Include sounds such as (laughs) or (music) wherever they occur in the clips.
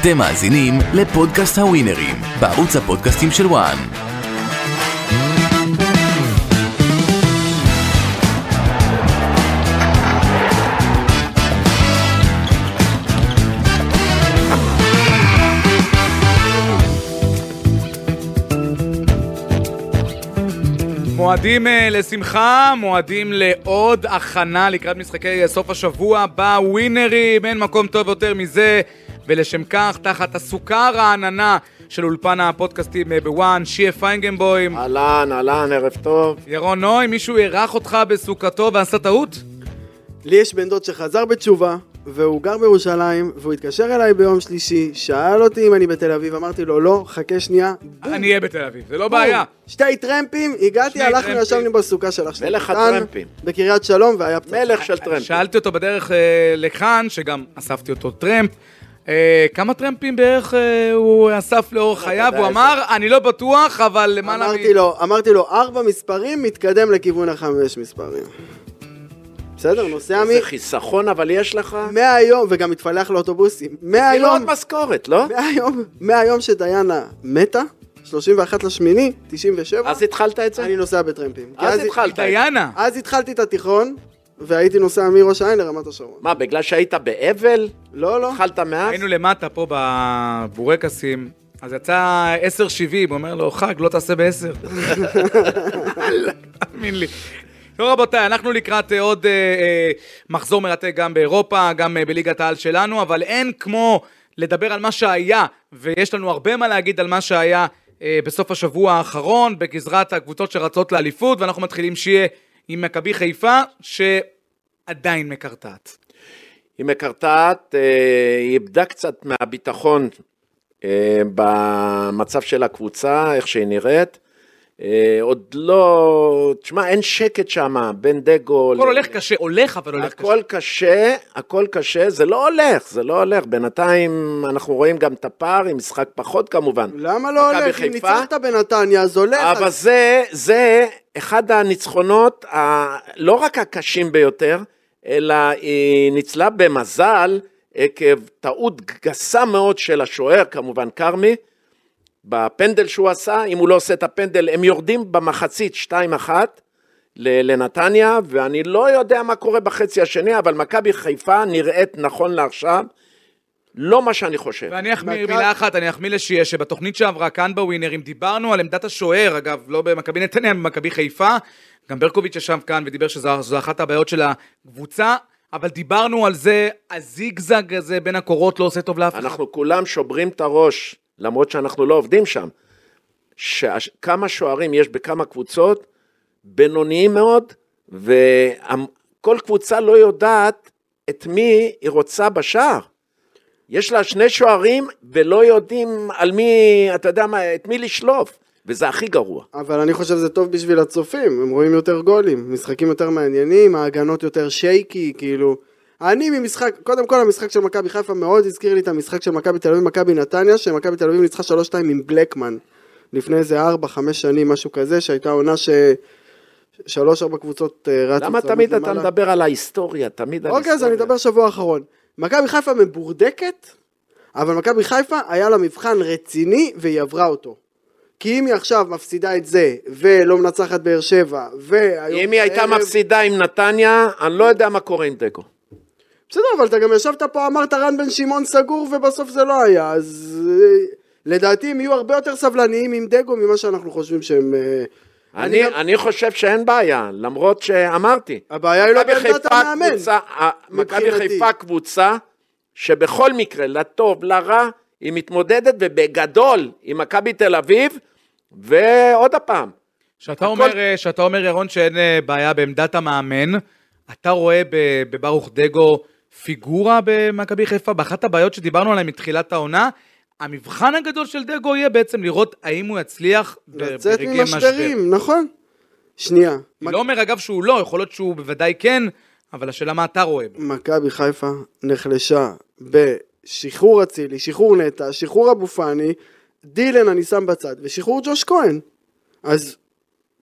אתם מאזינים לפודקאסט הווינרים, בערוץ הפודקאסטים של וואן. מועדים אה, לשמחה, מועדים לעוד הכנה לקראת משחקי אה, סוף השבוע בווינרים, אין מקום טוב יותר מזה. ולשם כך, תחת הסוכר העננה של אולפן הפודקאסטים אה, בוואן, שיה פיינגנבוים, אה. אהלן, אהלן, ערב טוב. ירון נוי, מישהו אירח אותך בסוכתו ועשה טעות? אה. לי יש בן דוד שחזר בתשובה, והוא גר בירושלים, והוא התקשר אליי ביום שלישי, שאל אותי אם אני בתל אביב, אמרתי לו, לא, חכה שנייה. בום, אני אהיה בתל אביב, זה לא בום. בעיה. שתי טרמפים, שני הגעתי, הלכנו, טרמפים. ישבנו בסוכה של אח שלי. מלך קטן, הטרמפים. בקריית שלום, והיה פצצה. מלך של טרמפ. שאלתי אותו בדרך אה, לכאן, שגם אספתי אותו טרמפ. אה, כמה טרמפים בערך אה, הוא אסף לא, לאורך חייו? הוא יודע, אמר, אני לא בטוח, אבל למעלה מ... אמרתי לו, אמרתי לו, ארבע מספרים, מתקדם לכיוון החמש מספרים. בסדר, נוסע זה מ... חיסכון, אבל יש לך? מהיום, וגם התפלח לאוטובוסים, כאילו עוד מהיום, משכורת, לא? מהיום, מהיום שדיינה מתה, 31 לשמיני, 97, אז התחלת את זה? אני לא- נוסע בטרמפים. כי אז התחלת. את זה. דיינה. אז התחלתי את התיכון, והייתי נוסע מראש העין לרמת השרון. מה, בגלל שהיית באבל? לא, לא. אכלת מעט? היינו למטה פה בבורקסים, אז יצא 10.70, הוא אומר לו, חג, לא תעשה ב-10. תאמין לי. טוב רבותיי, אנחנו לקראת אה, עוד אה, אה, מחזור מרתק גם באירופה, גם אה, בליגת העל שלנו, אבל אין כמו לדבר על מה שהיה, ויש לנו הרבה מה להגיד על מה שהיה אה, בסוף השבוע האחרון, בגזרת הקבוצות שרצות לאליפות, ואנחנו מתחילים שיהיה עם מכבי חיפה, שעדיין מקרטעת. היא מקרטעת, אה, היא איבדה קצת מהביטחון אה, במצב של הקבוצה, איך שהיא נראית. אה, עוד לא... תשמע, אין שקט שם, בין דגו... הכל הולך קשה, הולך אבל הולך קשה. הכל קשה, הכל קשה, זה לא הולך, זה לא הולך. בינתיים אנחנו רואים גם את הפער, עם משחק פחות כמובן. למה לא מכבי הולך? אם חיפה? ניצחת בנתניה, אז הולך. אבל אז- זה, זה אחד הניצחונות ה... לא רק הקשים ביותר, אלא היא ניצלה במזל עקב טעות גסה מאוד של השוער, כמובן כרמי, בפנדל שהוא עשה, אם הוא לא עושה את הפנדל, הם יורדים במחצית 2-1 ל- לנתניה, ואני לא יודע מה קורה בחצי השני, אבל מכבי חיפה נראית נכון לעכשיו, לא מה שאני חושב. ואני אחמיא מכבי- מילה אחת, אני אחמיא לשיה, שבתוכנית שעברה כאן בווינרים דיברנו על עמדת השוער, אגב, לא במכבי נתניה, במכבי חיפה. גם ברקוביץ' ישב כאן ודיבר שזו אחת הבעיות של הקבוצה, אבל דיברנו על זה, הזיגזג הזה בין הקורות לא עושה טוב לאף אחד. אנחנו כולם שוברים את הראש, למרות שאנחנו לא עובדים שם. שכמה שוערים יש בכמה קבוצות, בינוניים מאוד, וכל קבוצה לא יודעת את מי היא רוצה בשער. יש לה שני שוערים ולא יודעים על מי, אתה יודע מה, את מי לשלוף, וזה הכי גרוע. אבל אני חושב שזה טוב בשביל הצופים, הם רואים יותר גולים, משחקים יותר מעניינים, ההגנות יותר שייקי, כאילו... אני ממשחק, קודם כל המשחק של מכבי חיפה מאוד הזכיר לי את המשחק של מכבי תל אביב, מכבי נתניה, שמכבי תל אביב ניצחה 3-2 עם בלקמן. לפני איזה 4-5 שנים, משהו כזה, שהייתה עונה ש... שלוש ארבע קבוצות אה, רצו למה צמוד תמיד אתה למעלה. מדבר על ההיסטוריה, תמיד על אוקיי, אז אני אדבר שבוע אחרון. מכבי חיפה מבורדקת, אבל מכבי חיפה היה לה מבחן רציני והיא עברה אותו. כי אם היא עכשיו מפסידה את זה, ולא מנצחת באר שבע, והיום... אם היא הייתה בערב- מפסידה עם נתניה, אני לא יודע מה קורה עם תיקו. בסדר, אבל אתה גם ישבת פה, אמרת רן בן שמעון סגור, ובסוף זה לא היה, אז... אה, לדעתי הם יהיו הרבה יותר סבלניים עם דגו ממה שאנחנו חושבים שהם... אה, אני, גם- אני חושב שאין בעיה, למרות שאמרתי. הבעיה היא לא מכבי בעמדת חיפה המאמן. קבוצה- ה- מכבי מבחינתי. חיפה קבוצה שבכל מקרה, לטוב, לרע, היא מתמודדת, ובגדול, עם מכבי תל אביב, ועוד פעם, שאתה הכל- אומר, אה, שאתה אומר, ירון, שאין אה, בעיה בעמדת המאמן, אתה רואה ב- בברוך דגו פיגורה במכבי חיפה? באחת הבעיות שדיברנו עליהן מתחילת העונה, המבחן הגדול של דגו יהיה בעצם לראות האם הוא יצליח ב- לצאת ברגעי משבר. ממשברים, נכון? שנייה. אני לא אומר אגב שהוא לא, יכול להיות שהוא בוודאי כן, אבל השאלה מה אתה רואה בו. מכבי חיפה נחלשה בשחרור אצילי, שחרור נטע, שחרור אבו פאני, דילן אני שם בצד, ושחרור ג'וש כהן. אז,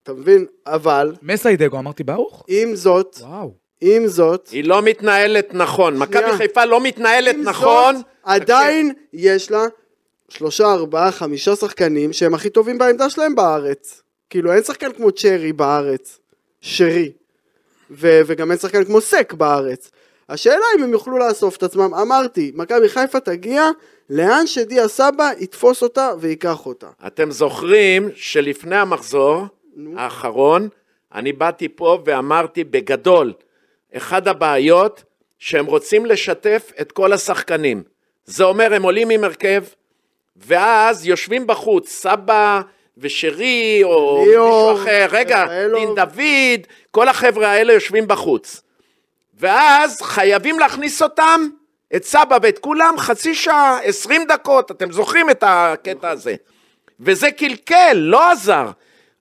אתה מבין? אבל, מסיידגו, אמרתי ברוך? עם זאת, וואו. עם זאת, היא לא מתנהלת נכון. מכבי חיפה לא מתנהלת עם נכון. כן. זאת, עדיין יש לה שלושה, ארבעה, חמישה שחקנים שהם הכי טובים בעמדה שלהם בארץ. כאילו אין שחקן כמו צ'רי בארץ, שרי, ו- וגם אין שחקן כמו סק בארץ. השאלה אם הם יוכלו לאסוף את עצמם, אמרתי, מכבי חיפה תגיע לאן שדיה סבא יתפוס אותה וייקח אותה. אתם זוכרים שלפני המחזור האחרון, אני באתי פה ואמרתי בגדול, אחד הבעיות שהם רוצים לשתף את כל השחקנים. זה אומר, הם עולים עם הרכב, ואז יושבים בחוץ, סבא ושרי, או ליאור, מישהו אחר, רגע, רפאלוב. דין דוד, כל החבר'ה האלה יושבים בחוץ. ואז חייבים להכניס אותם, את סבא ואת כולם, חצי שעה, עשרים דקות, אתם זוכרים את הקטע הזה. וזה קלקל, לא עזר.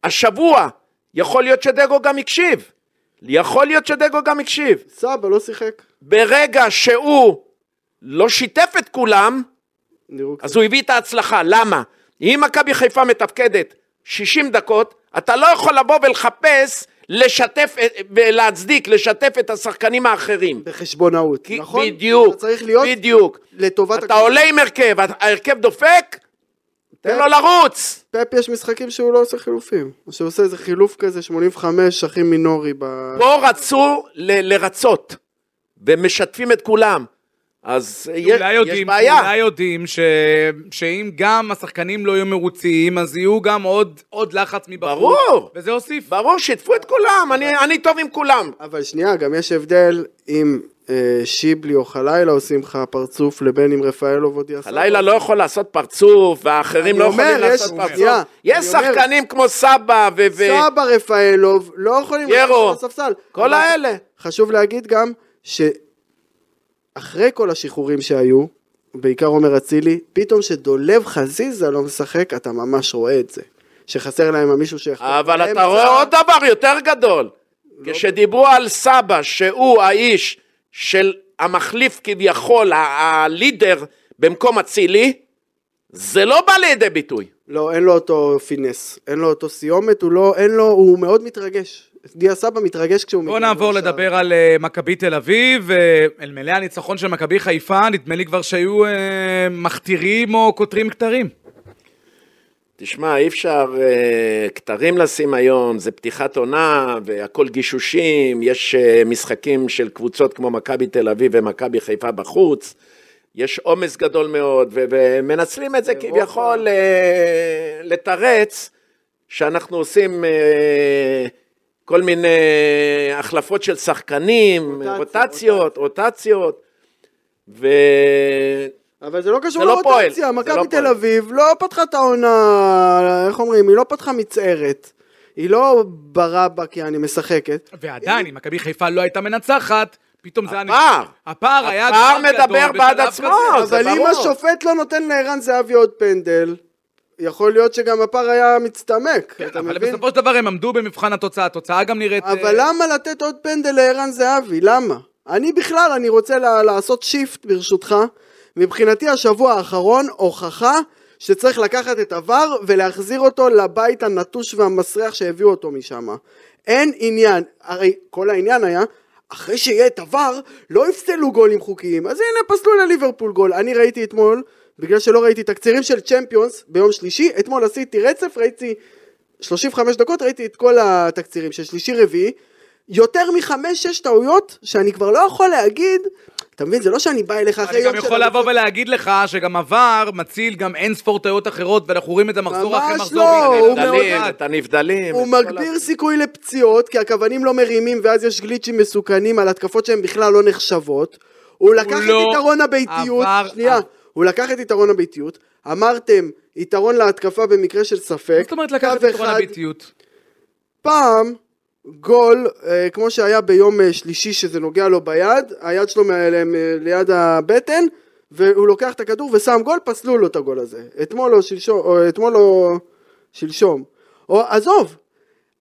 השבוע, יכול להיות שדגו גם הקשיב. יכול להיות שדגו גם הקשיב. סבא לא שיחק, ברגע שהוא לא שיתף את כולם, נראו קצת. אז הוא הביא את ההצלחה, למה? אם מכבי חיפה מתפקדת 60 דקות, אתה לא יכול לבוא ולחפש, לשתף את- ולהצדיק, לשתף את השחקנים האחרים. בחשבונאות, כי- נכון? בדיוק, אתה צריך להיות בדיוק. לטובת... אתה הקבוצה. עולה עם הרכב, ההרכב דופק, תן לו לרוץ. פאפ יש משחקים שהוא לא עושה חילופים. או שהוא עושה איזה חילוף כזה 85 הכי מינורי ב... פה רצו ל- לרצות, ומשתפים את כולם. אז יש אולי יש יודעים, בעיה. אולי יודעים ש... שאם גם השחקנים לא יהיו מרוצים, אז יהיו גם עוד, עוד לחץ מבחוץ. ברור. וזה הוסיף. ברור, שיתפו את כולם, אני- אני טוב עם כולם. אבל שנייה, גם יש הבדל אם אה, שיבלי או חלילה עושים לך פרצוף לבין אם רפאלוב או דיאסה. הלילה לא יכול לעשות פרצוף, והאחרים אני לא אומר, יכולים יש- לעשות פרצוף. שנייה, יש אני אומר- שחקנים כמו סבא ו... ו- סבא רפאלוב לא יכולים... ירו. לשבת על הספסל. כל אבל האלה. חשוב להגיד גם שאחרי כל השחרורים שהיו, בעיקר עומר אצילי, פתאום שדולב חזיזה לא משחק, אתה ממש רואה את זה. שחסר להם מישהו שיחזור. אבל אתה רואה עוד דבר יותר גדול. לא כשדיברו על סבא, שהוא האיש של המחליף כביכול, ה- הלידר במקום אצילי, זה לא בא לידי ביטוי. לא, אין לו אותו פינס, אין לו אותו סיומת, הוא לא, אין לו, הוא מאוד מתרגש. דיה סבא מתרגש כשהוא בואו נעבור לשער. לדבר על אה, מכבי תל אביב, אה, אלמלא הניצחון של מכבי חיפה, נדמה לי כבר שהיו אה, מכתירים או כותרים כתרים. תשמע, אי אפשר אה, כתרים לשים היום, זה פתיחת עונה והכל גישושים, יש אה, משחקים של קבוצות כמו מכבי תל אביב ומכבי חיפה בחוץ, יש עומס גדול מאוד, ו- ומנצלים את זה כביכול אה, לתרץ שאנחנו עושים אה, כל מיני החלפות של שחקנים, רוטציה, רוטציות, רוטציות, ו... אבל זה לא קשור זה לא פועל, לרוטציה, זה מכבי לא תל פועל. אביב לא פתחה את העונה, איך אומרים, היא לא פתחה מצערת. היא לא ברבא כי אני משחקת. ועדיין, אם מכבי חיפה לא הייתה מנצחת, פתאום זה היה... נ- הפער. הפער היה... הפער כבר גדול מדבר בשלב בעד עצמו. כזה. זה אבל אם ברור. השופט לא נותן לערן זהבי עוד פנדל, יכול להיות שגם הפער היה מצטמק, כן, אתה כן, אבל מבין? בסופו של דבר הם עמדו במבחן התוצאה, התוצאה גם נראית... אבל אה, למה לתת עוד פנדל לערן זהבי? למה? אני בכלל, אני רוצה לה, לעשות שיפט ברשותך. מבחינתי השבוע האחרון הוכחה שצריך לקחת את עבר ולהחזיר אותו לבית הנטוש והמסריח שהביאו אותו משם. אין עניין, הרי כל העניין היה, אחרי שיהיה את עבר, לא יפסלו גולים חוקיים. אז הנה, פסלו לליברפול גול. אני ראיתי אתמול, בגלל שלא ראיתי תקצירים של צ'מפיונס ביום שלישי, אתמול עשיתי רצף, ראיתי 35 דקות ראיתי את כל התקצירים של שלישי רביעי, יותר מחמש שש טעויות שאני כבר לא יכול להגיד, אתה מבין זה לא שאני בא אליך אחרי אני יום גם של... יכול לבוא ולהגיד לך שגם עבר מציל גם אין ספור טעויות אחרות, ואנחנו רואים את זה מחזור אחרי ממש מחזור. לא, והנה, הוא נדל נבדלים, לבד. את הנבדלים. הוא את כל מגביר סיכוי לפציעות כי הכוונים לא מרימים ואז יש גליצ'ים מסוכנים על התקפות שהן בכלל לא נחשבות, הוא לקח לא את יתרון הביתיות, עבר- שנייה, עבר- הוא לקח את יתרון הביתיות, אמרתם יתרון להתקפה במקרה של ספק, מה זאת אומרת לקחת את קו עקרון אחד- הביטיות? פעם גול, אה, כמו שהיה ביום אה, שלישי שזה נוגע לו ביד, היד שלו מ- מ- ליד הבטן, והוא לוקח את הכדור ושם גול, פסלו לו את הגול הזה. אתמול או שלשום, או אתמול או שלשום. או עזוב,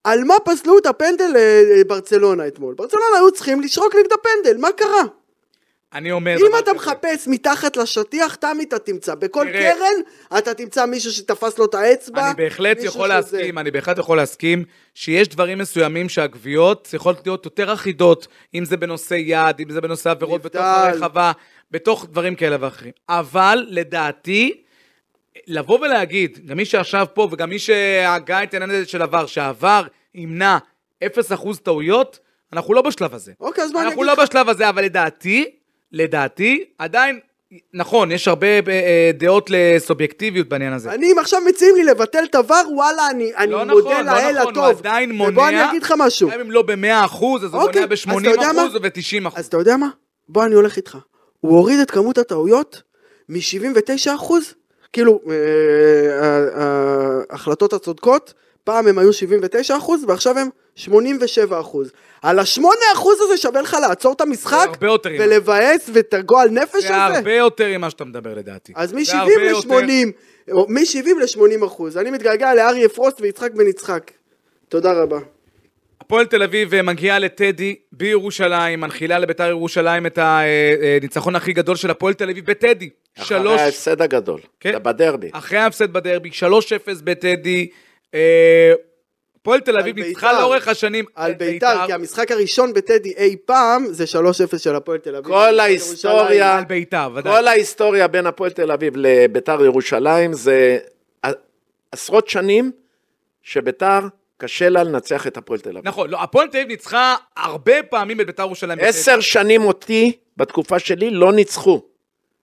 על מה פסלו אה, את הפנדל לברצלונה אתמול? ברצלונה היו צריכים לשרוק נגד הפנדל, מה קרה? אני אומר... אם כן, דבר אתה כזה. מחפש מתחת לשטיח, תמי אתה תמצא. בכל תראה. קרן, אתה תמצא מישהו שתפס לו את האצבע. אני בהחלט מישהו יכול שזה. להסכים, אני בהחלט יכול להסכים שיש דברים מסוימים שהגוויות צריכות להיות יותר אחידות, אם זה בנושא יד, אם זה בנושא עבירות בתוך נבדל. הרחבה, בתוך דברים כאלה ואחרים. אבל לדעתי, לבוא ולהגיד, גם מי שישב פה וגם מי שהגה את העניין הזה של עבר, שהעבר ימנע 0% טעויות, אנחנו לא בשלב הזה. אוקיי, אז בוא אני אנחנו אגיד לא לך. בשלב הזה, אבל לדעתי, לדעתי, עדיין, נכון, יש הרבה אה, אה, דעות לסובייקטיביות בעניין הזה. אני אם עכשיו מציעים לי לבטל את הוואר, וואלה, אני, אני לא נכון, מודה לא לאל נכון, הטוב. הוא עדיין מונע. ובוא אני אגיד לך משהו. גם אם לא ב-100 אחוז, אז הוא אוקיי, מונע אז ב-80 אתה יודע מה? אחוז וב-90 אז אחוז. אתה יודע מה? בוא אני הולך איתך. הוא הוריד את כמות הטעויות מ-79 אחוז, כאילו אה, ה- ה- ההחלטות הצודקות, פעם הם היו 79 אחוז ועכשיו הם 87 אחוז. על ה-8 אחוז הזה שווה לך לעצור את המשחק הרבה יותר עם- ולבאס ואת הגועל נפש זה הזה? הרבה יותר ממה שאתה מדבר לדעתי. אז זה הרבה מ-70 יותר- ל-80, מ-70 ל-80 אחוז. אני מתגעגע לאריה פרוסט ויצחק בן יצחק. תודה רבה. הפועל תל אביב אה, מגיעה לטדי בירושלים, מנחילה לביתר ירושלים את הניצחון הכי גדול של הפועל תל אביב בטדי. אחרי שלוש... ההפסד הגדול, כן. בדרבי. אחרי ההפסד בדרבי, 3-0 בטדי. אה, הפועל תל אביב על ניצחה ביתר. לאורך השנים. על את ביתר, כי המשחק הראשון בטדי אי פעם זה 3-0 של הפועל תל אביב. כל ההיסטוריה- על ביתר, ודאי. כל ההיסטוריה בין הפועל תל אביב לביתר ירושלים זה ע- עשרות שנים שביתר קשה לה לנצח את הפועל תל אביב. נכון, לא, הפועל תל אביב ניצחה הרבה פעמים את ביתר ירושלים. בטדי. עשר שנים אותי, בתקופה שלי, לא ניצחו.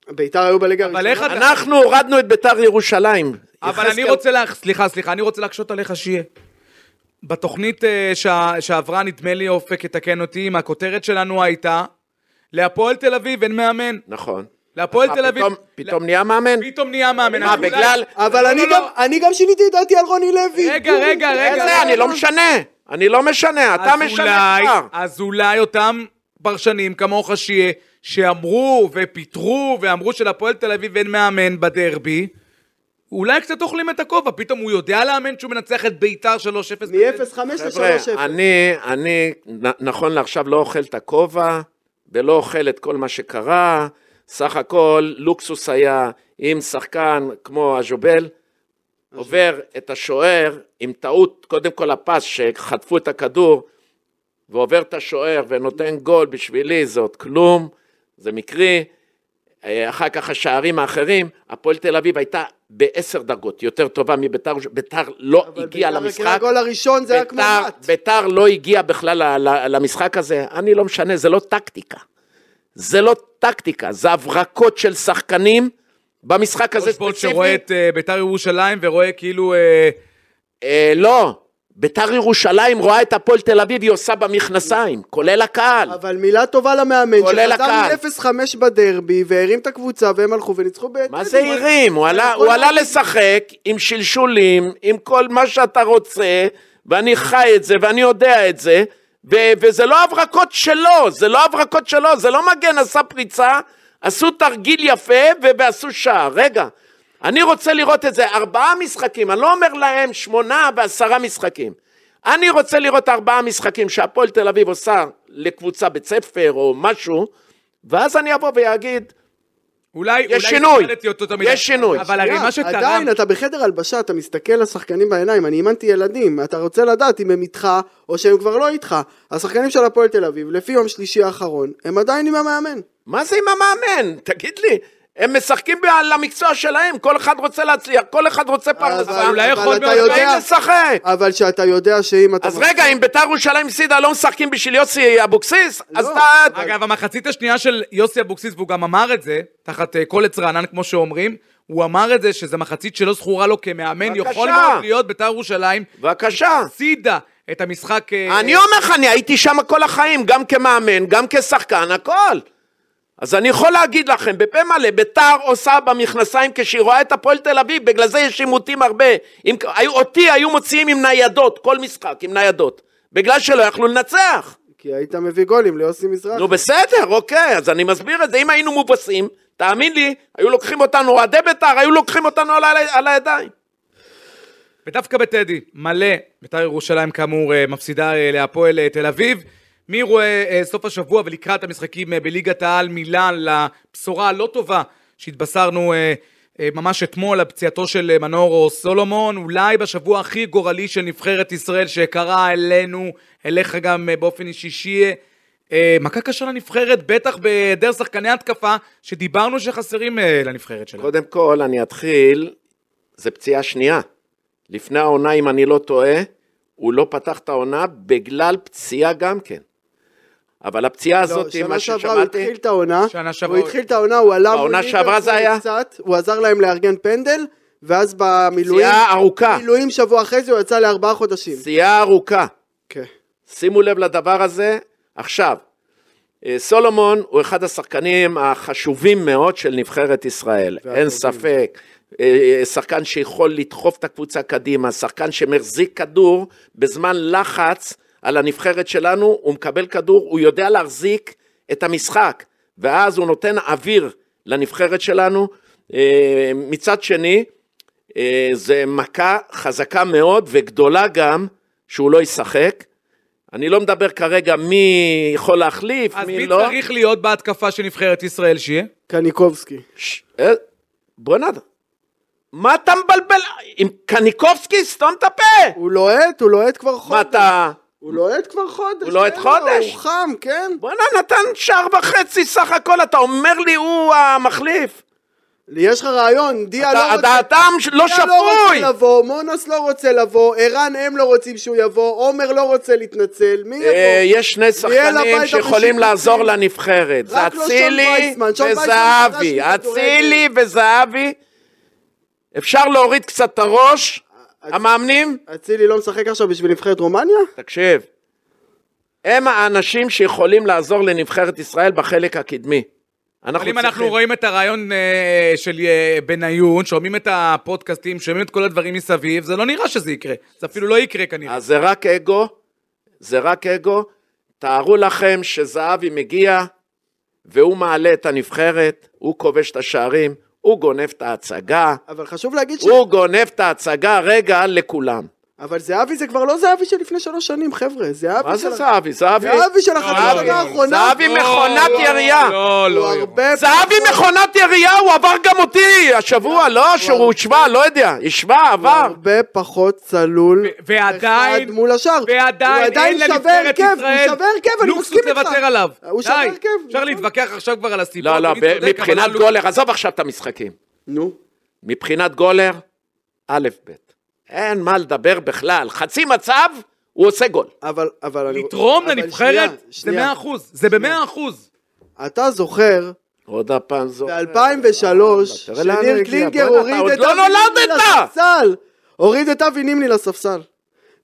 ביתר היו בליגה אבל איך אתה- אנחנו הורדנו את ביתר ירושלים. אבל אני יחזקאל- רוצה לה... סליחה, סליחה, אני רוצה להקשות עליך שיהיה. בתוכנית אה, שה- שעברה, נדמה לי, אופק יתקן אותי, אם הכותרת שלנו הייתה, להפועל תל אביב אין מאמן. נכון. להפועל מה, תל אביב... פתאום- פתאום נהיה מאמן? פתאום נהיה מאמן. מה, אז אולי- בגלל- אבל לא, אני לא, גם- לא. אני גם שיניתי את דעתי על רוני לוי. רגע, רגע, רגע. איזה? אני לא משנה. אני לא משנה, אתה אז משנה אולי- כבר. אז אולי אותם פרשנים כמוך שיה, שאמרו ופיטרו ואמרו שלפועל תל אביב אין מאמן בדרבי, אולי קצת אוכלים את הכובע, פתאום הוא יודע לאמן שהוא מנצח את ביתר 3-0. מ-0-5 חבר'ה, ל-3-0. אני, אני נ- נכון לעכשיו לא אוכל את הכובע ולא אוכל את כל מה שקרה. סך הכל לוקסוס היה אם שחקן כמו אג'ובל עובר את השוער עם טעות, קודם כל הפס שחטפו את הכדור ועובר את השוער ונותן גול בשבילי זה עוד כלום, זה מקרי. אה, אחר כך השערים האחרים, הפועל תל אביב הייתה בעשר דרגות יותר טובה מביתר, ביתר לא הגיעה למשחק. הגול הראשון זה היה כמו ביתר, מת. ביתר לא הגיע בכלל ל- ל- למשחק הזה, אני לא משנה, זה לא טקטיקה. זה לא טקטיקה, זה הברקות של שחקנים במשחק הזה אושבולט ספציפי. לא שרואה את אה, ביתר ירושלים ורואה כאילו... אה, אה, לא, ביתר ירושלים רואה את הפועל תל אביב, היא עושה במכנסיים, כולל הקהל. אבל מילה טובה למאמן, כולל הקהל. שחזר מ-0-5 בדרבי והרים את הקבוצה והם הלכו וניצחו בטדי. מה זה הרים? הוא עלה- יכול הוא עלה להגיד- לשחק עם שלשולים, עם כל מה שאתה רוצה, ואני חי את זה ואני יודע את זה, ו- וזה לא הברקות שלו, זה לא הברקות שלו, זה לא מגן עשה פריצה, עשו תרגיל יפה ו- ועשו שער. רגע, אני רוצה לראות את זה, ארבעה משחקים, אני לא אומר להם שמונה ועשרה משחקים. אני רוצה לראות ארבעה משחקים שהפועל תל אביב עושה לקבוצה בית ספר או משהו, ואז אני אבוא ואגיד, אולי, יש אולי שינוי. שאלתי אותו תמיד. יש שינוי. אבל הרי שנייה, מה שתרם... עדיין אתה בחדר הלבשה, אתה מסתכל לשחקנים בעיניים, אני אימנתי ילדים, אתה רוצה לדעת אם הם איתך או שהם כבר לא איתך. השחקנים של הפועל תל אביב, לפי יום שלישי האחרון, הם עדיין עם המאמן. מה זה עם המאמן? תגיד לי. הם משחקים על המקצוע שלהם, כל אחד רוצה להצליח, כל אחד רוצה פרנסה. אבל אולי יכול אתה מאוד יודע, באים לשחק. אבל שאתה יודע שאם אתה... אז רגע, אם ביתר ירושלים הפסידה, לא משחקים בשביל יוסי אבוקסיס? אז לא. אתה... אגב, המחצית השנייה של יוסי אבוקסיס, והוא גם אמר את זה, תחת אה, כל עץ רענן, כמו שאומרים, הוא אמר את זה, שזו מחצית שלא זכורה לו כמאמן, בבקשה. יכול מאוד להיות ביתר ירושלים, בבקשה. הפסידה את המשחק... אה, אני אומר לך, אני הייתי שם כל החיים, גם כמאמן, גם כשחקן, הכל. אז אני יכול להגיד לכם, בפה מלא, ביתר עושה במכנסיים כשהיא רואה את הפועל תל אביב, בגלל זה יש עימותים הרבה. אם, היו, אותי היו מוציאים עם ניידות, כל משחק עם ניידות, בגלל שלא יכלו לנצח. כי היית מביא גולים ליוסי מזרחי. נו בסדר, אוקיי, אז אני מסביר את זה. אם היינו מובסים, תאמין לי, היו לוקחים אותנו, אוהדי בית"ר, היו לוקחים אותנו על, ה- על הידיים. ודווקא בטדי, מלא, ביתר ירושלים כאמור אה, מפסידה אה, להפועל אה, תל אביב. מאירועי אה, סוף השבוע ולקראת המשחקים אה, בליגת העל, מילה לבשורה הלא טובה שהתבשרנו אה, אה, ממש אתמול על פציעתו של אה, מנור סולומון, אולי בשבוע הכי גורלי של נבחרת ישראל שקרה אלינו, אליך גם אה, באופן אישי שיהיה. אה, מכה קשה לנבחרת, בטח בהיעדר שחקני התקפה, שדיברנו שחסרים אה, לנבחרת שלנו. קודם כל, אני אתחיל, זה פציעה שנייה. לפני העונה, אם אני לא טועה, הוא לא פתח את העונה בגלל פציעה גם כן. אבל הפציעה לא, הזאת, שנה מה שעברה הוא ששמעתי, התחיל את העונה, שנה הוא שעברה- התחיל את העונה, הוא עלה בעונה ליברפול שעברה זה היה? קצת, הוא עזר להם לארגן פנדל, ואז במילואים, פציעה ארוכה, במילואים שבוע אחרי זה הוא יצא לארבעה חודשים. פציעה ארוכה. כן. שימו לב לדבר הזה. עכשיו, אה, סולומון הוא אחד השחקנים החשובים מאוד של נבחרת ישראל, אין ספק. אה, שחקן שיכול לדחוף את הקבוצה קדימה, שחקן שמחזיק כדור בזמן לחץ על הנבחרת שלנו, הוא מקבל כדור, הוא יודע להחזיק את המשחק, ואז הוא נותן אוויר לנבחרת שלנו. אה, מצד שני, אה, זה מכה חזקה מאוד וגדולה גם, שהוא לא ישחק. אני לא מדבר כרגע מי יכול להחליף, אז מי, מי לא. צריך להיות בהתקפה של נבחרת ישראל שיהיה? קניקובסקי. ש... אה, בוא'נה, מה אתה מבלבל? עם קניקובסקי, סתום את נכון. הפה! הוא לוהט, הוא לוהט כבר מה חודש. אתה... הוא לוהט כבר חודש. הוא לוהט אין לו, חודש? הוא חם, כן. בוא'נה, נתן שער וחצי סך הכל, אתה אומר לי הוא המחליף. יש לך רעיון, דיה לא אתה, רוצה- אתה אדם ש- לא דיה לא שפוי! רוצה לבוא, מונוס לא רוצה לבוא, ערן הם לא רוצים שהוא יבוא, עומר לא רוצה להתנצל, מי אה, יבוא? יש שני שחקנים הביתה שיכולים בשיפוצים. לעזור לנבחרת, זה כן. רק לא שון אצילי ויצמן, שון ויצמן וזהבי, חדש מכדורגל. אצילי וזהבי. אפשר להוריד קצת את הראש, אה, המאמנים? אצילי לא משחק עכשיו בשביל נבחרת רומניה? תקשיב, הם האנשים שיכולים לעזור לנבחרת ישראל בחלק הקדמי. אנחנו אבל אם צריכים... אנחנו רואים את הרעיון אה, של אה, בניון, שומעים את הפודקאסטים, שומעים את כל הדברים מסביב, זה לא נראה שזה יקרה. זה אפילו לא יקרה כנראה. אז זה רק אגו, זה רק אגו. תארו לכם שזהבי מגיע, והוא מעלה את הנבחרת, הוא כובש את השערים, הוא גונב את ההצגה, אבל חשוב להגיד ש... הוא גונב את ההצגה רגע לכולם. אבל זהבי זה כבר לא זהבי של לפני שלוש שנים, חבר'ה. זהבי מה של... זה זהבי? זהבי... זהבי של זהבי. החצי שנה האחרונה. זהבי לא, מכונת לא, ירייה. לא, הוא לא. יום. הרבה... זהבי מכונת ירייה, הוא עבר גם אותי השבוע, לא? שהוא השווה, לא יודע, השווה, הוא עבר. הרבה פחות צלול ועדיין- אחד מול השאר. ועדיין הוא עדיין אין שווה לנבחרת הרכב, ישראל הוא שווה הרכב, אני לוקסוס מסכים איתך. לוותר עליו. הוא שווה די, הרכב, אפשר נכון. להתווכח עכשיו כבר על הסיפור. לא, לא, מי צודק, ב- אבל מבחינת הלוק- גולר, עזוב עכשיו את המשחקים. נו. מבחינת גולר, א', ב'. אין מה לדבר בכלל. חצי מצב, הוא עושה גול. אבל, אבל אני... לתרום אבל לנבחרת, שנייה, זה שנייה. 100%. זה ב-100%. אתה זוכר, עוד הפעם זו... ב-2003, אה, תראה לאן הוא שניר הגיע. קלינגר בוא'נה, הוריד אתה עוד את לא אבי נימני נולדת! לספסל. הוריד את אבי נימני לספסל.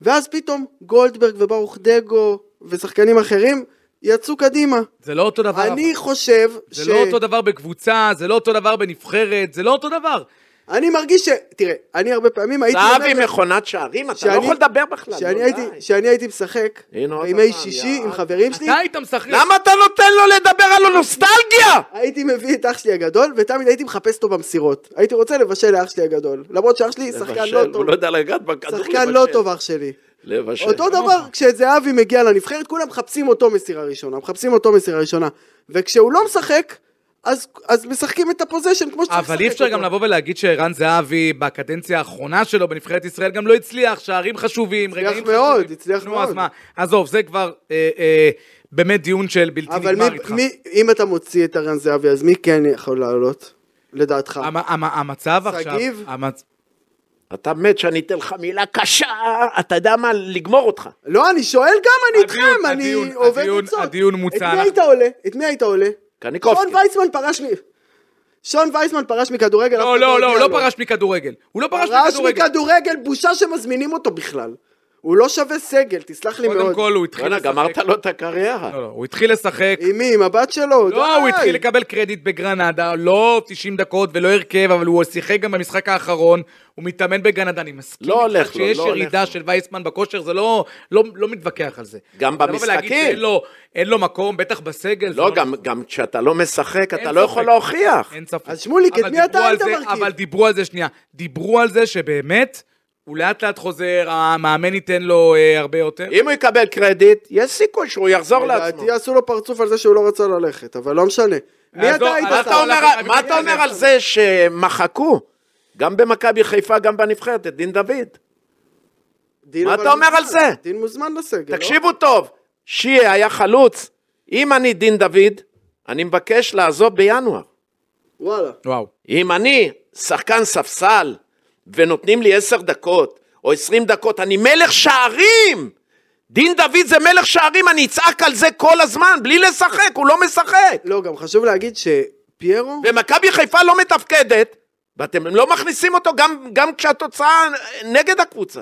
ואז פתאום גולדברג וברוך דגו ושחקנים אחרים יצאו קדימה. זה לא אותו דבר. אני אבל. חושב ש... זה לא אותו דבר בקבוצה, זה לא אותו דבר בנבחרת, זה לא אותו דבר. אני מרגיש ש... תראה, אני הרבה פעמים הייתי... זהבי אומר- מכונת שערים, אתה לא שאני- יכול לדבר בכלל. שאני נו, הייתי, די. שאני הייתי משחק, הנה עוד בימי פעם, שישי יא עם אללה. חברים שלי, אתה היית משחק. למה אתה נותן לו לדבר על הנוסטלגיה? הייתי מביא את אח שלי הגדול, ותמיד הייתי מחפש אותו במסירות. הייתי רוצה לבשל לאח שלי הגדול. למרות שאח שלי שחקן לא לבשל, טוב. הוא לא יודע לגעת בכדור. שחקן לא טוב אח שלי. לבשל. אותו דבר כשזהבי מגיע לנבחרת, כולם מחפשים אותו מסירה ראשונה, מחפשים אותו מסירה ראשונה. וכשהוא לא משחק, אז, אז משחקים את הפוזיישן כמו שצריך אבל אי אפשר אותו. גם לבוא ולהגיד שערן זהבי בקדנציה האחרונה שלו בנבחרת ישראל גם לא הצליח, שערים חשובים, הצליח רגעים מאוד, חשובים. הצליח נו, מאוד. אז מה, עזוב, זה כבר אה, אה, באמת דיון של בלתי אבל נגמר מי, איתך. מי, אם אתה מוציא את ערן זהבי, אז מי כן יכול לעלות? לדעתך. המ- המ- המצב עכשיו... שגיב? המצ- אתה מת שאני אתן לך מילה קשה, אתה יודע מה, לגמור אותך. לא, אני שואל גם, אני הדיון, איתכם, הדיון, אני עובד הדיון, עצות. הדיון מוצה, את מי אנחנו- היית עולה? את מי היית עולה? קניקובסקי. שון וייסמן פרש מ... שון וייסמן פרש מכדורגל. אף אחד לא, לא, לא, הודיע הוא לא לו. פרש מכדורגל. הוא לא פרש פרש מכדורגל. מכדורגל, בושה שמזמינים אותו בכלל. הוא לא שווה סגל, תסלח לי קודם מאוד. כל הוא התחיל בוא'נה, לשחק. גמרת לו את הקריירה. לא, לא, הוא התחיל לשחק. עם מי? עם הבת שלו? לא, הוא די. התחיל לקבל קרדיט בגרנדה, לא 90 דקות ולא הרכב, אבל הוא שיחק גם במשחק האחרון, הוא מתאמן בגרנדה, אני מסכים לא הולך לו, שיש לא הולך ירידה לו. של וייסמן בכושר, זה לא, לא, לא מתווכח על זה. גם אבל לבוא ולהגיד במשחקים. שאין לו, אין לו מקום, בטח בסגל. זה נכון. לא, גם- גם כשאתה לא משחק, אין אתה לא ספק. יכול להוכיח. אין ספק. אז שמוליק, את אבל מי אתה דיברו על היית זה- מרכיב? אבל דיברו על זה, שנייה, דיברו על זה שבאמת... הוא לאט לאט חוזר, המאמן ייתן לו אה, הרבה יותר. אם הוא יקבל קרדיט, יש סיכוי שהוא יחזור לעצמו. לדעתי עשו לו פרצוף על זה שהוא לא רצה ללכת, אבל לא משנה. מי עזוב, אתה היית עזוב, מה שם? אתה אומר- אנחנו- מה אתה אומר על זה שמחקו, גם במכבי חיפה, גם בנבחרת, את דין דוד? דין מה אבל אתה אומר על מוזמן. זה? דין מוזמן לסגל. לא? תקשיבו טוב, שיעה היה חלוץ. אם אני דין דוד, אני מבקש לעזוב בינואר. וואלה. וואו. אם אני שחקן ספסל ונותנים לי עשר דקות או עשרים דקות, אני מלך שערים! דין דוד זה מלך שערים, אני אצעק על זה כל הזמן, בלי לשחק, הוא לא משחק. לא, גם חשוב להגיד שפיירו... ומכבי חיפה לא מתפקדת, ואתם לא מכניסים אותו גם, גם כשהתוצאה נגד הקבוצה.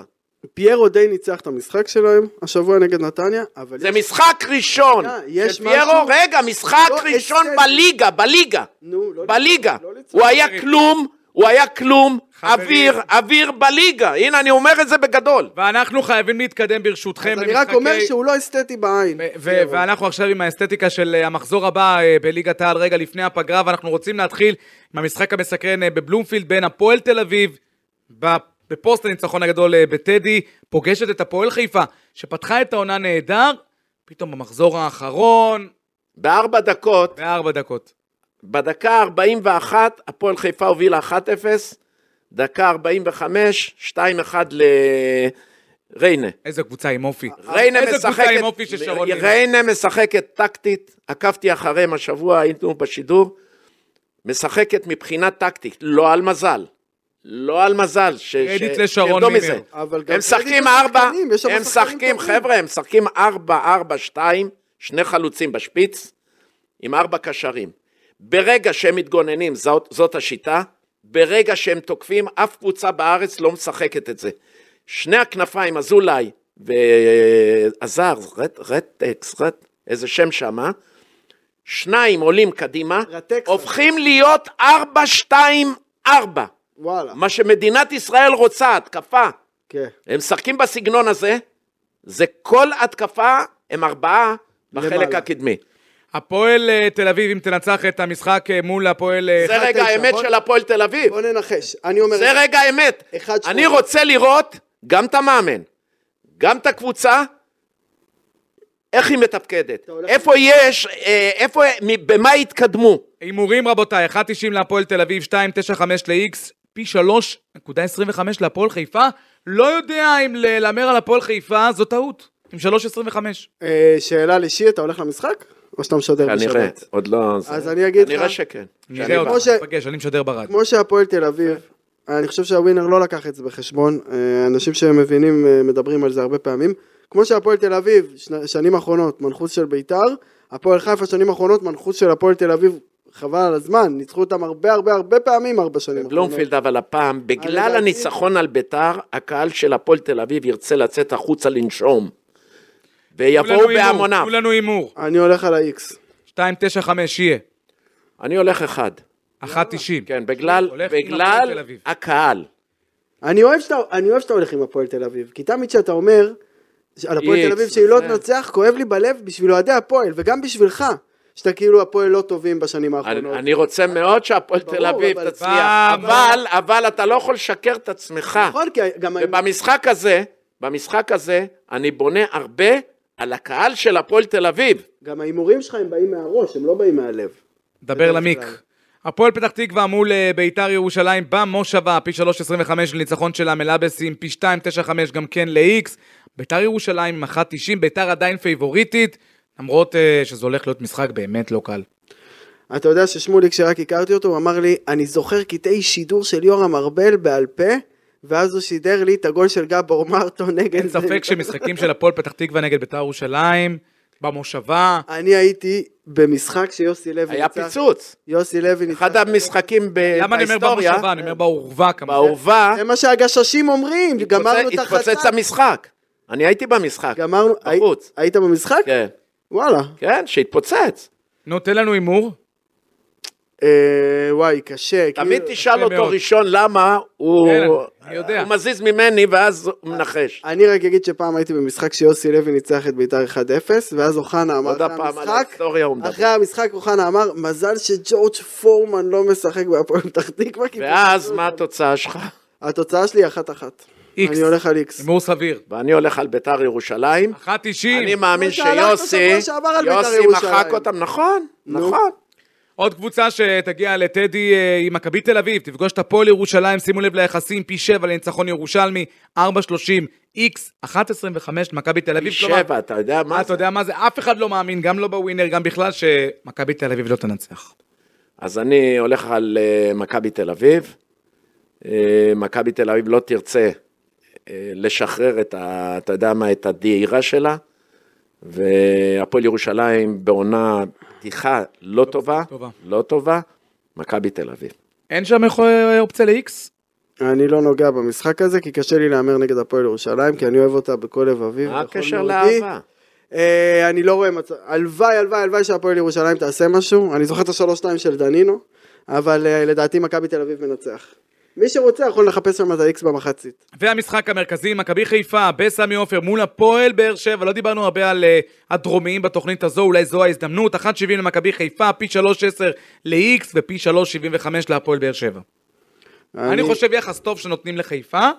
פיירו די ניצח את המשחק שלהם השבוע נגד נתניה, אבל זה משחק ראשון. אה, יש של פיירו, משהו? רגע, משחק לא, ראשון אצלנו. בליגה, בליגה. נו, לא בליגה. לצעוק, לא לצעוק. הוא היה כלום, הוא היה כלום, חברים. אוויר, אוויר בליגה. הנה, אני אומר את זה בגדול. ואנחנו חייבים להתקדם ברשותכם. אז אני רק למשחקי- אומר שהוא לא אסתטי בעין. ו- ו- ואנחנו עכשיו עם האסתטיקה של אה, המחזור הבא אה, בליגת העל רגע לפני הפגרה, ואנחנו רוצים להתחיל עם המשחק המסקרן אה, בבלומפילד בין הפועל תל אביב, ב- בפוסט הניצחון הגדול אה, בטדי, פוגשת את הפועל חיפה, שפתחה את העונה נהדר, פתאום במחזור האחרון, בארבע דקות, בארבע דקות. בדקה ה-41, הפועל חיפה הובילה 1-0, דקה 45, 2-1 לריינה. איזה קבוצה עם אופי. אה, ריינה איזה קבוצה משחקת, עם אופי של שרון מימון. ריינה משחקת טקטית, עקבתי אחריהם השבוע, היינו בשידור, משחקת מבחינה טקטית, לא על מזל. לא על מזל. ש- קרדיט ש- לשרון תרדו מימון. מזה. אבל גם הם משחקים קרדיט ארבע, לשחקנים, יש שם הם שחקנים משחקים, טובים. חבר'ה, הם משחקים ארבע, ארבע, שתיים, שני חלוצים בשפיץ, עם ארבע קשרים. ברגע שהם מתגוננים, זאת, זאת השיטה, ברגע שהם תוקפים, אף קבוצה בארץ לא משחקת את זה. שני הכנפיים, אזולאי ועזר, רט, רטקס, רט, איזה שם שמה, שניים עולים קדימה, רטקס. הופכים להיות ארבע, שתיים, ארבע. וואלה. מה שמדינת ישראל רוצה, התקפה. כן. הם משחקים בסגנון הזה, זה כל התקפה, הם ארבעה בחלק למעלה. הקדמי. הפועל אה, תל אביב, אם תנצח את המשחק אה, מול הפועל... אה, זה אחד רגע תשע, האמת בוא- של הפועל תל אביב. בוא ננחש. אני אומר... זה רגע האמת. אחד שמונה. אני רוצה לראות גם את המאמן, גם את הקבוצה, איך היא מתפקדת, אתה הולך- איפה יש, אה, איפה, מ- במה התקדמו. הימורים רבותיי, 1.90 להפועל תל אביב, 2.95 ל-X, פי 3.25 להפועל חיפה. לא יודע אם ל- להמר על הפועל חיפה זו טעות, עם 3.25. אה, שאלה לשי, אתה הולך למשחק? או שאתה משדר כנראה, בשבת? עוד לא... זה- אז אני אגיד כנראה לך, שכן. שאני נראה בא. אותך, כמו ש- נפגש, אני משדר ברדיו. כמו שהפועל תל אביב, אני חושב שהווינר לא לקח את זה בחשבון, אה, אנשים שמבינים אה, מדברים על זה הרבה פעמים, כמו שהפועל תל אביב, שנ- שנים אחרונות, מנחוס של בית"ר, הפועל חיפה שנים אחרונות, מנחוס של הפועל תל אביב, חבל על הזמן, ניצחו אותם הרבה הרבה הרבה פעמים ארבע שנים אחרונות. בלומפילד אבל הפעם, בגלל לדעתי- הניצחון על ביתר, הקהל של הפועל תל אביב ירצה לצאת החוצה לנשום. תנו ויבואו לנו הימור, בהמוניו. תנו לנו הימור, אני הולך על ה-X. 2.95 יהיה, אני הולך אחד. 1.90. כן, בגלל, הולך עם הפועל תל בגלל אביב. הקהל. אני אוהב שאתה, אני אוהב שאתה הולך עם הפועל תל אביב, כי תמיד כשאתה אומר ש- על הפועל איקס, תל אביב שהיא לא זה. תנצח, כואב לי בלב בשביל אוהדי הפועל, וגם בשבילך, שאתה כאילו הפועל לא טובים בשנים אני, האחרונות. אני רוצה מאוד שהפועל ברור, תל אביב אבל- תצליח, פעם- אבל, אבל אתה לא יכול לשקר את עצמך. נכון, כי גם... ובמשחק הזה, במשחק הזה, אני בונה הרבה על הקהל של הפועל תל אביב. גם ההימורים שלך הם באים מהראש, הם לא באים מהלב. דבר בדרך למיק. כלל. הפועל פתח תקווה מול אה, ביתר ירושלים במושבה, פי 3.25 לניצחון של המלאבסים, פי 2.95 גם כן ל-X. ביתר ירושלים עם 1.90, ביתר עדיין פייבוריטית, למרות אה, שזה הולך להיות משחק באמת לא קל. אתה יודע ששמוליק, שרק הכרתי אותו, הוא אמר לי, אני זוכר קטעי שידור של יורם ארבל בעל פה, ואז הוא שידר לי את הגול של גבור מרטו נגד... אין ספק שמשחקים של הפועל פתח תקווה נגד ביתר ירושלים, במושבה, אני הייתי במשחק שיוסי לוי היה פיצוץ. יוסי לוי ניצח. אחד המשחקים ב- למה אני אומר בהיסטוריה, במושבה? אני אומר באורווה כמובן. באהובה, זה מה שהגששים אומרים, גמרנו את התפוצץ החצה. המשחק. אני הייתי במשחק. גמרנו, הי- בחוץ. היית במשחק? כן, וואלה. כן, שהתפוצץ. נו, תן לנו הימור. אה, וואי, קשה. תמיד כאילו- תשאל אותו מאוד. ראשון למה הוא כן, אני יודע. הוא מזיז ממני ואז הוא מנחש. אני רק אגיד שפעם הייתי במשחק שיוסי לוי ניצח את ביתר 1-0, ואז אוחנה אמר עוד אחרי הפעם על המשחק, ההיסטוריה הוא אחרי מדבר. המשחק אוחנה אמר, מזל שג'ורג' פורמן (laughs) לא משחק בהפועל פתח תקווה, כי ואז מה התוצאה שלך? התוצאה שלי היא אחת-אחת. איקס. אני הולך על איקס. הימור סביר. ואני הולך על ביתר ירושלים. 1.90. אני מאמין כמו שהלכת שיוסי, שבוע שעבר על בית"ר יוסי ירושלים. מחק אותם, נכון, נו. נכון. עוד קבוצה שתגיע לטדי אה, היא מכבי תל אביב, תפגוש את הפועל ירושלים, שימו לב ליחסים, פי שבע לניצחון ירושלמי, 4.30, איקס, 1.25 למכבי תל אביב. פי שבע, אתה יודע מה מה אתה זה? יודע מה זה? אף אחד לא מאמין, גם לא בווינר, גם בכלל, שמכבי תל אביב לא תנצח. אז אני הולך על אה, מכבי תל אביב. אה, מכבי תל אביב לא תרצה אה, לשחרר את ה... אתה יודע מה? את הדהירה שלה. והפועל ירושלים בעונה פתיחה לא טובה, טובה. לא טובה, מכבי תל אביב. אה, אין שם איך- אה, אופציה לאיקס? אני לא נוגע במשחק הזה, כי קשה לי להמר נגד הפועל ירושלים, כי אני אוהב אותה בכל לבבי. מה ובכל הקשר מאודי. לאהבה? אה, אני לא רואה מצב, הלוואי, הלוואי, הלוואי שהפועל ירושלים תעשה משהו. אני זוכר את השלוש שתיים של דנינו, אבל אה, לדעתי מכבי תל אביב מנצח. מי שרוצה יכול לחפש שם את האיקס במחצית. והמשחק המרכזי, מכבי חיפה בסמי עופר מול הפועל באר שבע, לא דיברנו הרבה על אה, הדרומיים בתוכנית הזו, אולי זו ההזדמנות, 1.70 למכבי חיפה, פי 3.10 ל-X ופי 3.75 להפועל באר שבע. אני חושב יחס טוב שנותנים לחיפה,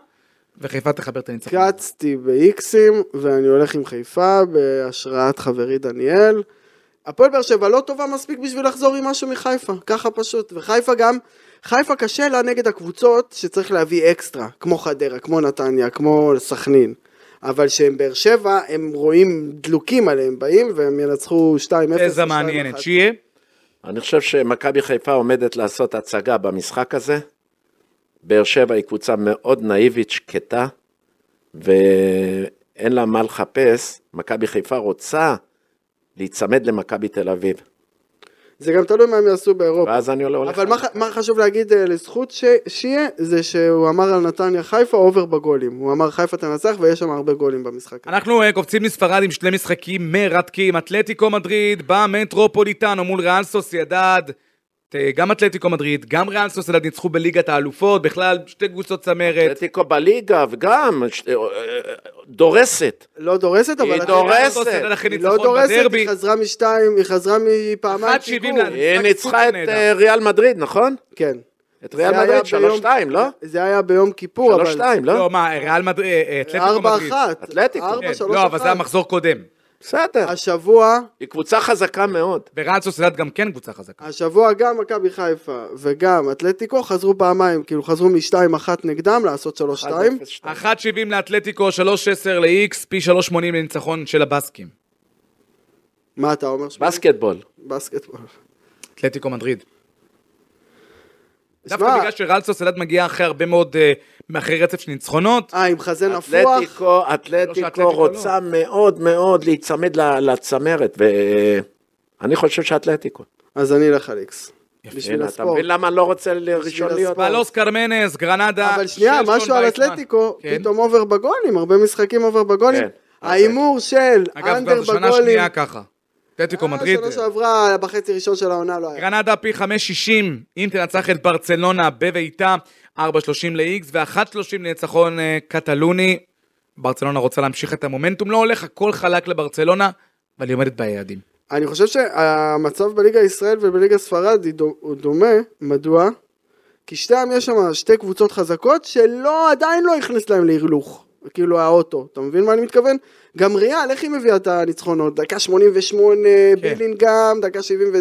וחיפה תחבר את הניצחון. קצתי באיקסים, ואני הולך עם חיפה בהשראת חברי דניאל. הפועל באר שבע לא טובה מספיק בשביל לחזור עם משהו מחיפה, ככה פשוט. וחיפה גם, חיפה קשה לה נגד הקבוצות שצריך להביא אקסטרה, כמו חדרה, כמו נתניה, כמו סכנין. אבל שהם באר שבע, הם רואים דלוקים עליהם, באים והם ינצחו 2-0. איזה או 2-1. מעניינת, שיהיה. אני חושב שמכבי חיפה עומדת לעשות הצגה במשחק הזה. באר שבע היא קבוצה מאוד נאיבית, שקטה, ואין לה מה לחפש. מכבי חיפה רוצה להיצמד למכבי תל אביב. זה גם תלוי מה הם יעשו באירופה. ואז אני הולך... אבל מה, ח- מה חשוב להגיד אה, לזכות ש- שיהיה, זה שהוא אמר על נתניה חיפה אובר בגולים. הוא אמר חיפה תנצח ויש שם הרבה גולים במשחק. הזה. אנחנו אה, קופצים מספרד עם שני משחקים מרתקים, אתלטיקו מדריד במטרופוליטנו מול ריאל סוסיידד. אה, גם אתלטיקו מדריד, גם ריאל סוסיידד ניצחו בליגת האלופות, בכלל שתי קבוצות צמרת. אתלטיקו בליגה, וגם ש- דורסת. לא דורסת, אבל... היא אחרי- דורסת. ריאל סוסיידד אחרי היא לא ניצחון דורסת, בדרבי. היא חזרה משתיים, היא חזרה מפעמיים 1.70 שיגור. לאן. היא ניצחה את נהדר. אה, ריאל מדריד, נכון? כן. את ריאל זה היה מדריד, ביום- 3-2, לא? זה היה ביום כיפור, אבל... 3-2, לא? לא, מה, ריאל מדריד, אה, אתלטיקו ארבע מדריד. אחת. אתלטיקו. ארבע, כן, שלוש לא, אבל זה אחת. המחזור קודם. בסדר. השבוע, היא קבוצה חזקה מאוד. וריאל סוסיידד גם כן קבוצה חזקה. השבוע גם מכבי חיפה וגם אתלטיקו חזרו פעמיים, כאילו חזרו משתיים אחת נגדם לעשות שלוש שתיים. 1-0-2. 1.70 לאתלטיקו, 3.10 ל-X, פי 3.80 לניצחון של הבאסקים. מה אתה אומר? שמולי? בסקטבול. בסקטבול. אתלטיקו מדריד. דווקא שמע, בגלל שריאל סוסיידד מגיעה אחרי הרבה מאוד, אה, אחרי רצף של ניצחונות, אה, עם חזה נפוח? אתלטיקו, לא שאתלטיקו אתלטיקו לא. רוצה מאוד מאוד להיצמד ל- לצמרת, ואני חושב שאתלטיקו. אז אני אלך על איקס. בשביל הנה, אתה הספורט. מבין למה אני לא רוצה ל- ראשון להיות? הספורט. פלוס קרמנס, גרנדה, אבל שנייה, שלטון, משהו על וייסמן. אתלטיקו, כן. פתאום אובר בגולים, הרבה משחקים אובר בגולים. כן, ההימור של כן. אגב, אנדר כבר זו שנה בגולים, אה, שנייה ככה. אתלטיקו מדריד. שנה שעברה בחצי ראשון של העונה לא היה. גרנדה פי 560, אם תנצח את ברצלונה בביתה, 4.30 ל-X ו-1.30 לניצחון אה, קטלוני. ברצלונה רוצה להמשיך את המומנטום, לא הולך, הכל חלק לברצלונה, אבל היא עומדת ביעדים. אני חושב שהמצב בליגה ישראל ובליגה ספרד היא דו- הוא דומה, מדוע? כי שתיהם יש שם שתי קבוצות חזקות שלא, עדיין לא הכניס להם להילוך. כאילו האוטו, אתה מבין מה אני מתכוון? גם ריאל, איך היא מביאה את הניצחונות? דקה 88 כן. בילינגהם, דקה 70 ו...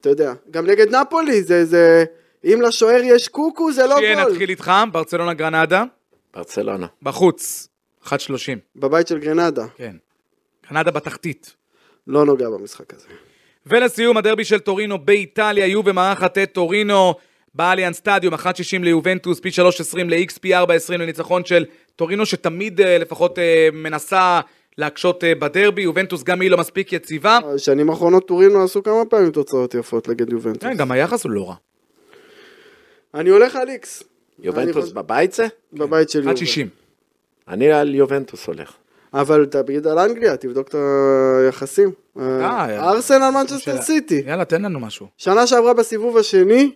אתה יודע, גם נגד נפולי, זה, זה... אם לשוער יש קוקו, זה לא שיהיה, גול. כן, נתחיל איתך, ברצלונה גרנדה, ברצלונה. בחוץ, 1.30. בבית של גרנדה, כן. קנדה בתחתית. לא נוגע במשחק הזה. ולסיום, הדרבי של טורינו באיטליה, יובה מארחת את טורינו באליאן סטדיום, 1.60 ליובנטוס, פי 3.20 ל-X, פי 4.20 לניצחון של טורינו, שתמיד אה, לפחות אה, מנסה להקשות אה, בדרבי, יובנטוס גם היא לא מספיק יציבה. שנים האחרונות טורינו עשו כמה פעמים תוצאות יפות נגד יובנטוס. כן, גם היחס הוא לא רע. אני הולך על איקס. אני יובנטוס חוז- בבית זה? כן. בבית של 1.60. יובל. אני על יובנטוס הולך. אבל תגיד על אנגליה, תבדוק את היחסים. אה, ארסנל מנצ'סטר שאלה. כן. סיטי. יאללה, תן לנו משהו. שנה שעברה בסיבוב השני,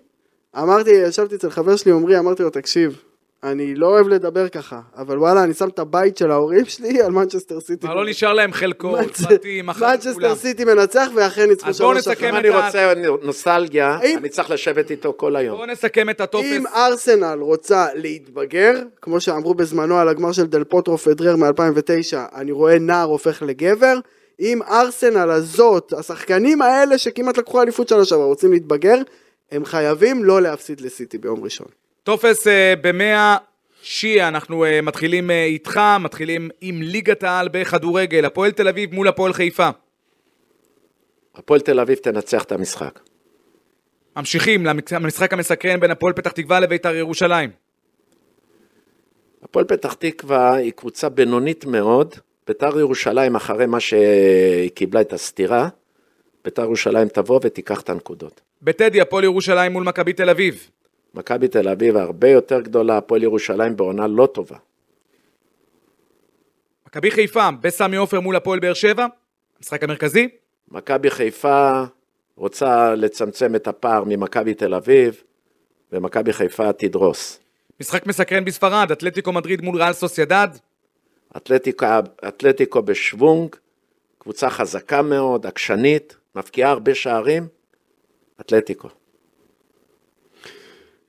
אמרתי, ישבתי אצל חבר שלי עמרי, אמרתי לו, תקשיב, אני לא אוהב לדבר ככה, אבל וואלה, אני שם את הבית של ההורים שלי על מנצ'סטר סיטי. כבר לא נשאר להם חלקו, מנצ- פרטים, אחת כולם. מנצ'סטר סיטי מנצח ואכן ניצחו אז בואו שלוש נסכם אחת. אם אני אתה- רוצה נוסלגיה, האם- אני צריך לשבת איתו כל היום. בואו נסכם את הטופס. אם ארסנל רוצה להתבגר, כמו שאמרו בזמנו על הגמר של דל פוטרו פדרר מ-2009, אני רואה נער הופך לגבר, אם ארסנל הזאת, השחקנים האלה שכמעט לקחו אליפות שנה שעברה רוצים להתבגר, הם חייבים לא להפסיד לסיטי ביום ראשון. טופס אה, במאה שיעה, אנחנו אה, מתחילים אה, איתך, מתחילים עם ליגת העל בכדורגל, הפועל תל אביב מול הפועל חיפה. הפועל תל אביב תנצח את המשחק. ממשיכים למק- למשחק המסקרן בין הפועל פתח תקווה לבית"ר ירושלים. הפועל פתח תקווה היא קבוצה בינונית מאוד. ביתר ירושלים, אחרי מה שהיא קיבלה את הסטירה, ביתר ירושלים תבוא ותיקח את הנקודות. בטדי הפועל ירושלים מול מכבי תל אביב. מכבי תל אביב הרבה יותר גדולה, הפועל ירושלים בעונה לא טובה. מכבי חיפה בסמי עופר מול הפועל באר שבע. המשחק המרכזי. מכבי חיפה רוצה לצמצם את הפער ממכבי תל אביב, ומכבי חיפה תדרוס. משחק מסקרן בספרד, אתלטיקו מדריד מול ריאל סוסיידד. אתלטיקו, אתלטיקו בשוונג, קבוצה חזקה מאוד, עקשנית, מבקיעה הרבה שערים, אתלטיקו.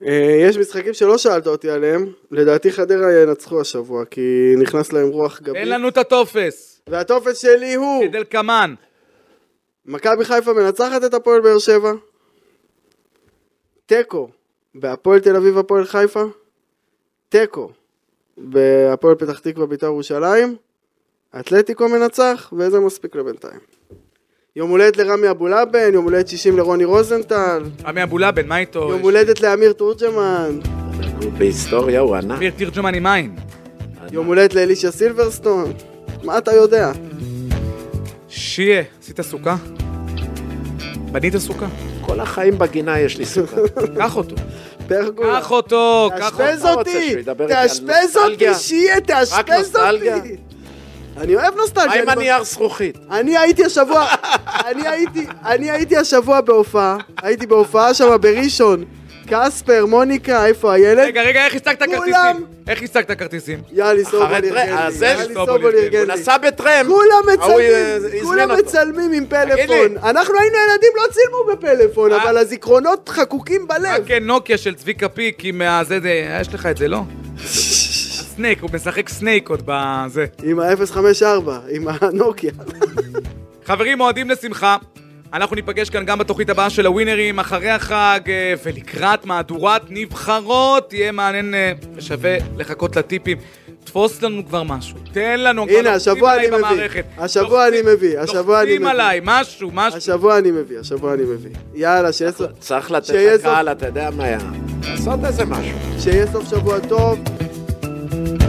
אה, יש משחקים שלא שאלת אותי עליהם, לדעתי חדרה ינצחו השבוע, כי נכנס להם רוח גבית. אין לנו את הטופס. והטופס שלי הוא, כדלקמן. מכבי חיפה מנצחת את הפועל באר שבע, תיקו בהפועל תל אביב הפועל חיפה, תיקו בהפועל פתח תקווה בית"ר ירושלים, אתלטיקו מנצח, וזה מספיק לבינתיים. יום הולדת לרמי אבולאבן, יום הולדת 60 לרוני רוזנטל, רמי אבולאבן, מה איתו? יום הולדת לאמיר תורג'מן, בהיסטוריה הוא ענק. אמיר תירג'מן עם עין. יום הולדת לאלישע סילברסטון, מה אתה יודע? שיה, עשית סוכה? בנית סוכה? כל החיים בגינה יש לי (laughs) סוכר. קח אותו. פרגולה. קח אותו, קח אותו. תאשפז אתה רוצה אותי, שהוא ידבר איתי על תאשפז אותי, נוסטלגיה? שיהיה, רק תאשפז נוסטלגיה? אותי. אני אוהב מה נוסטלגיה. עם אני- הנייר זכוכית? אני (laughs) הייתי השבוע, אני הייתי, אני הייתי השבוע בהופעה, הייתי בהופעה שם בראשון. כספר, מוניקה, איפה הילד? רגע, רגע, איך השגת כולם- כרטיסים? איך השגת כרטיסים? יאללה, סובול אחרי ארגן טרם, לי, אז זה יאללה, שסובול סובול ארגן. ארגן הוא לי. נסע בטרם. כולם ההוא, אה, הזמין מצלמים, כולם אותו. מצלמים עם תגיד פלאפון. אנחנו היינו ילדים, לא צילמו בפלאפון, אה. אבל הזיכרונות חקוקים אה, בלב. כן, נוקיה של צביקה פיק עם הזה, זה- יש לך את זה, לא? (laughs) סנייק, הוא משחק סנייק עוד בזה. עם ה-054, עם הנוקיה. חברים, אוהדים לשמחה. אנחנו ניפגש כאן גם בתוכנית הבאה של הווינרים, אחרי החג אה, ולקראת מהדורת נבחרות. תהיה מעניין אה, ושווה לחכות לטיפים. תפוס לנו כבר משהו, תן לנו. כבר הנה, לוחצים השבוע עליי אני מביא. במערכת. השבוע לוחצים- אני מביא, השבוע אני לוחצים מביא. עליי, משהו, משהו. השבוע אני מביא, השבוע אני מביא. יאללה, שיהיה סוף- צריך לתת שיהיה סוף- לקהל, אתה יודע מה היה. לעשות איזה משהו. שיהיה סוף שבוע טוב.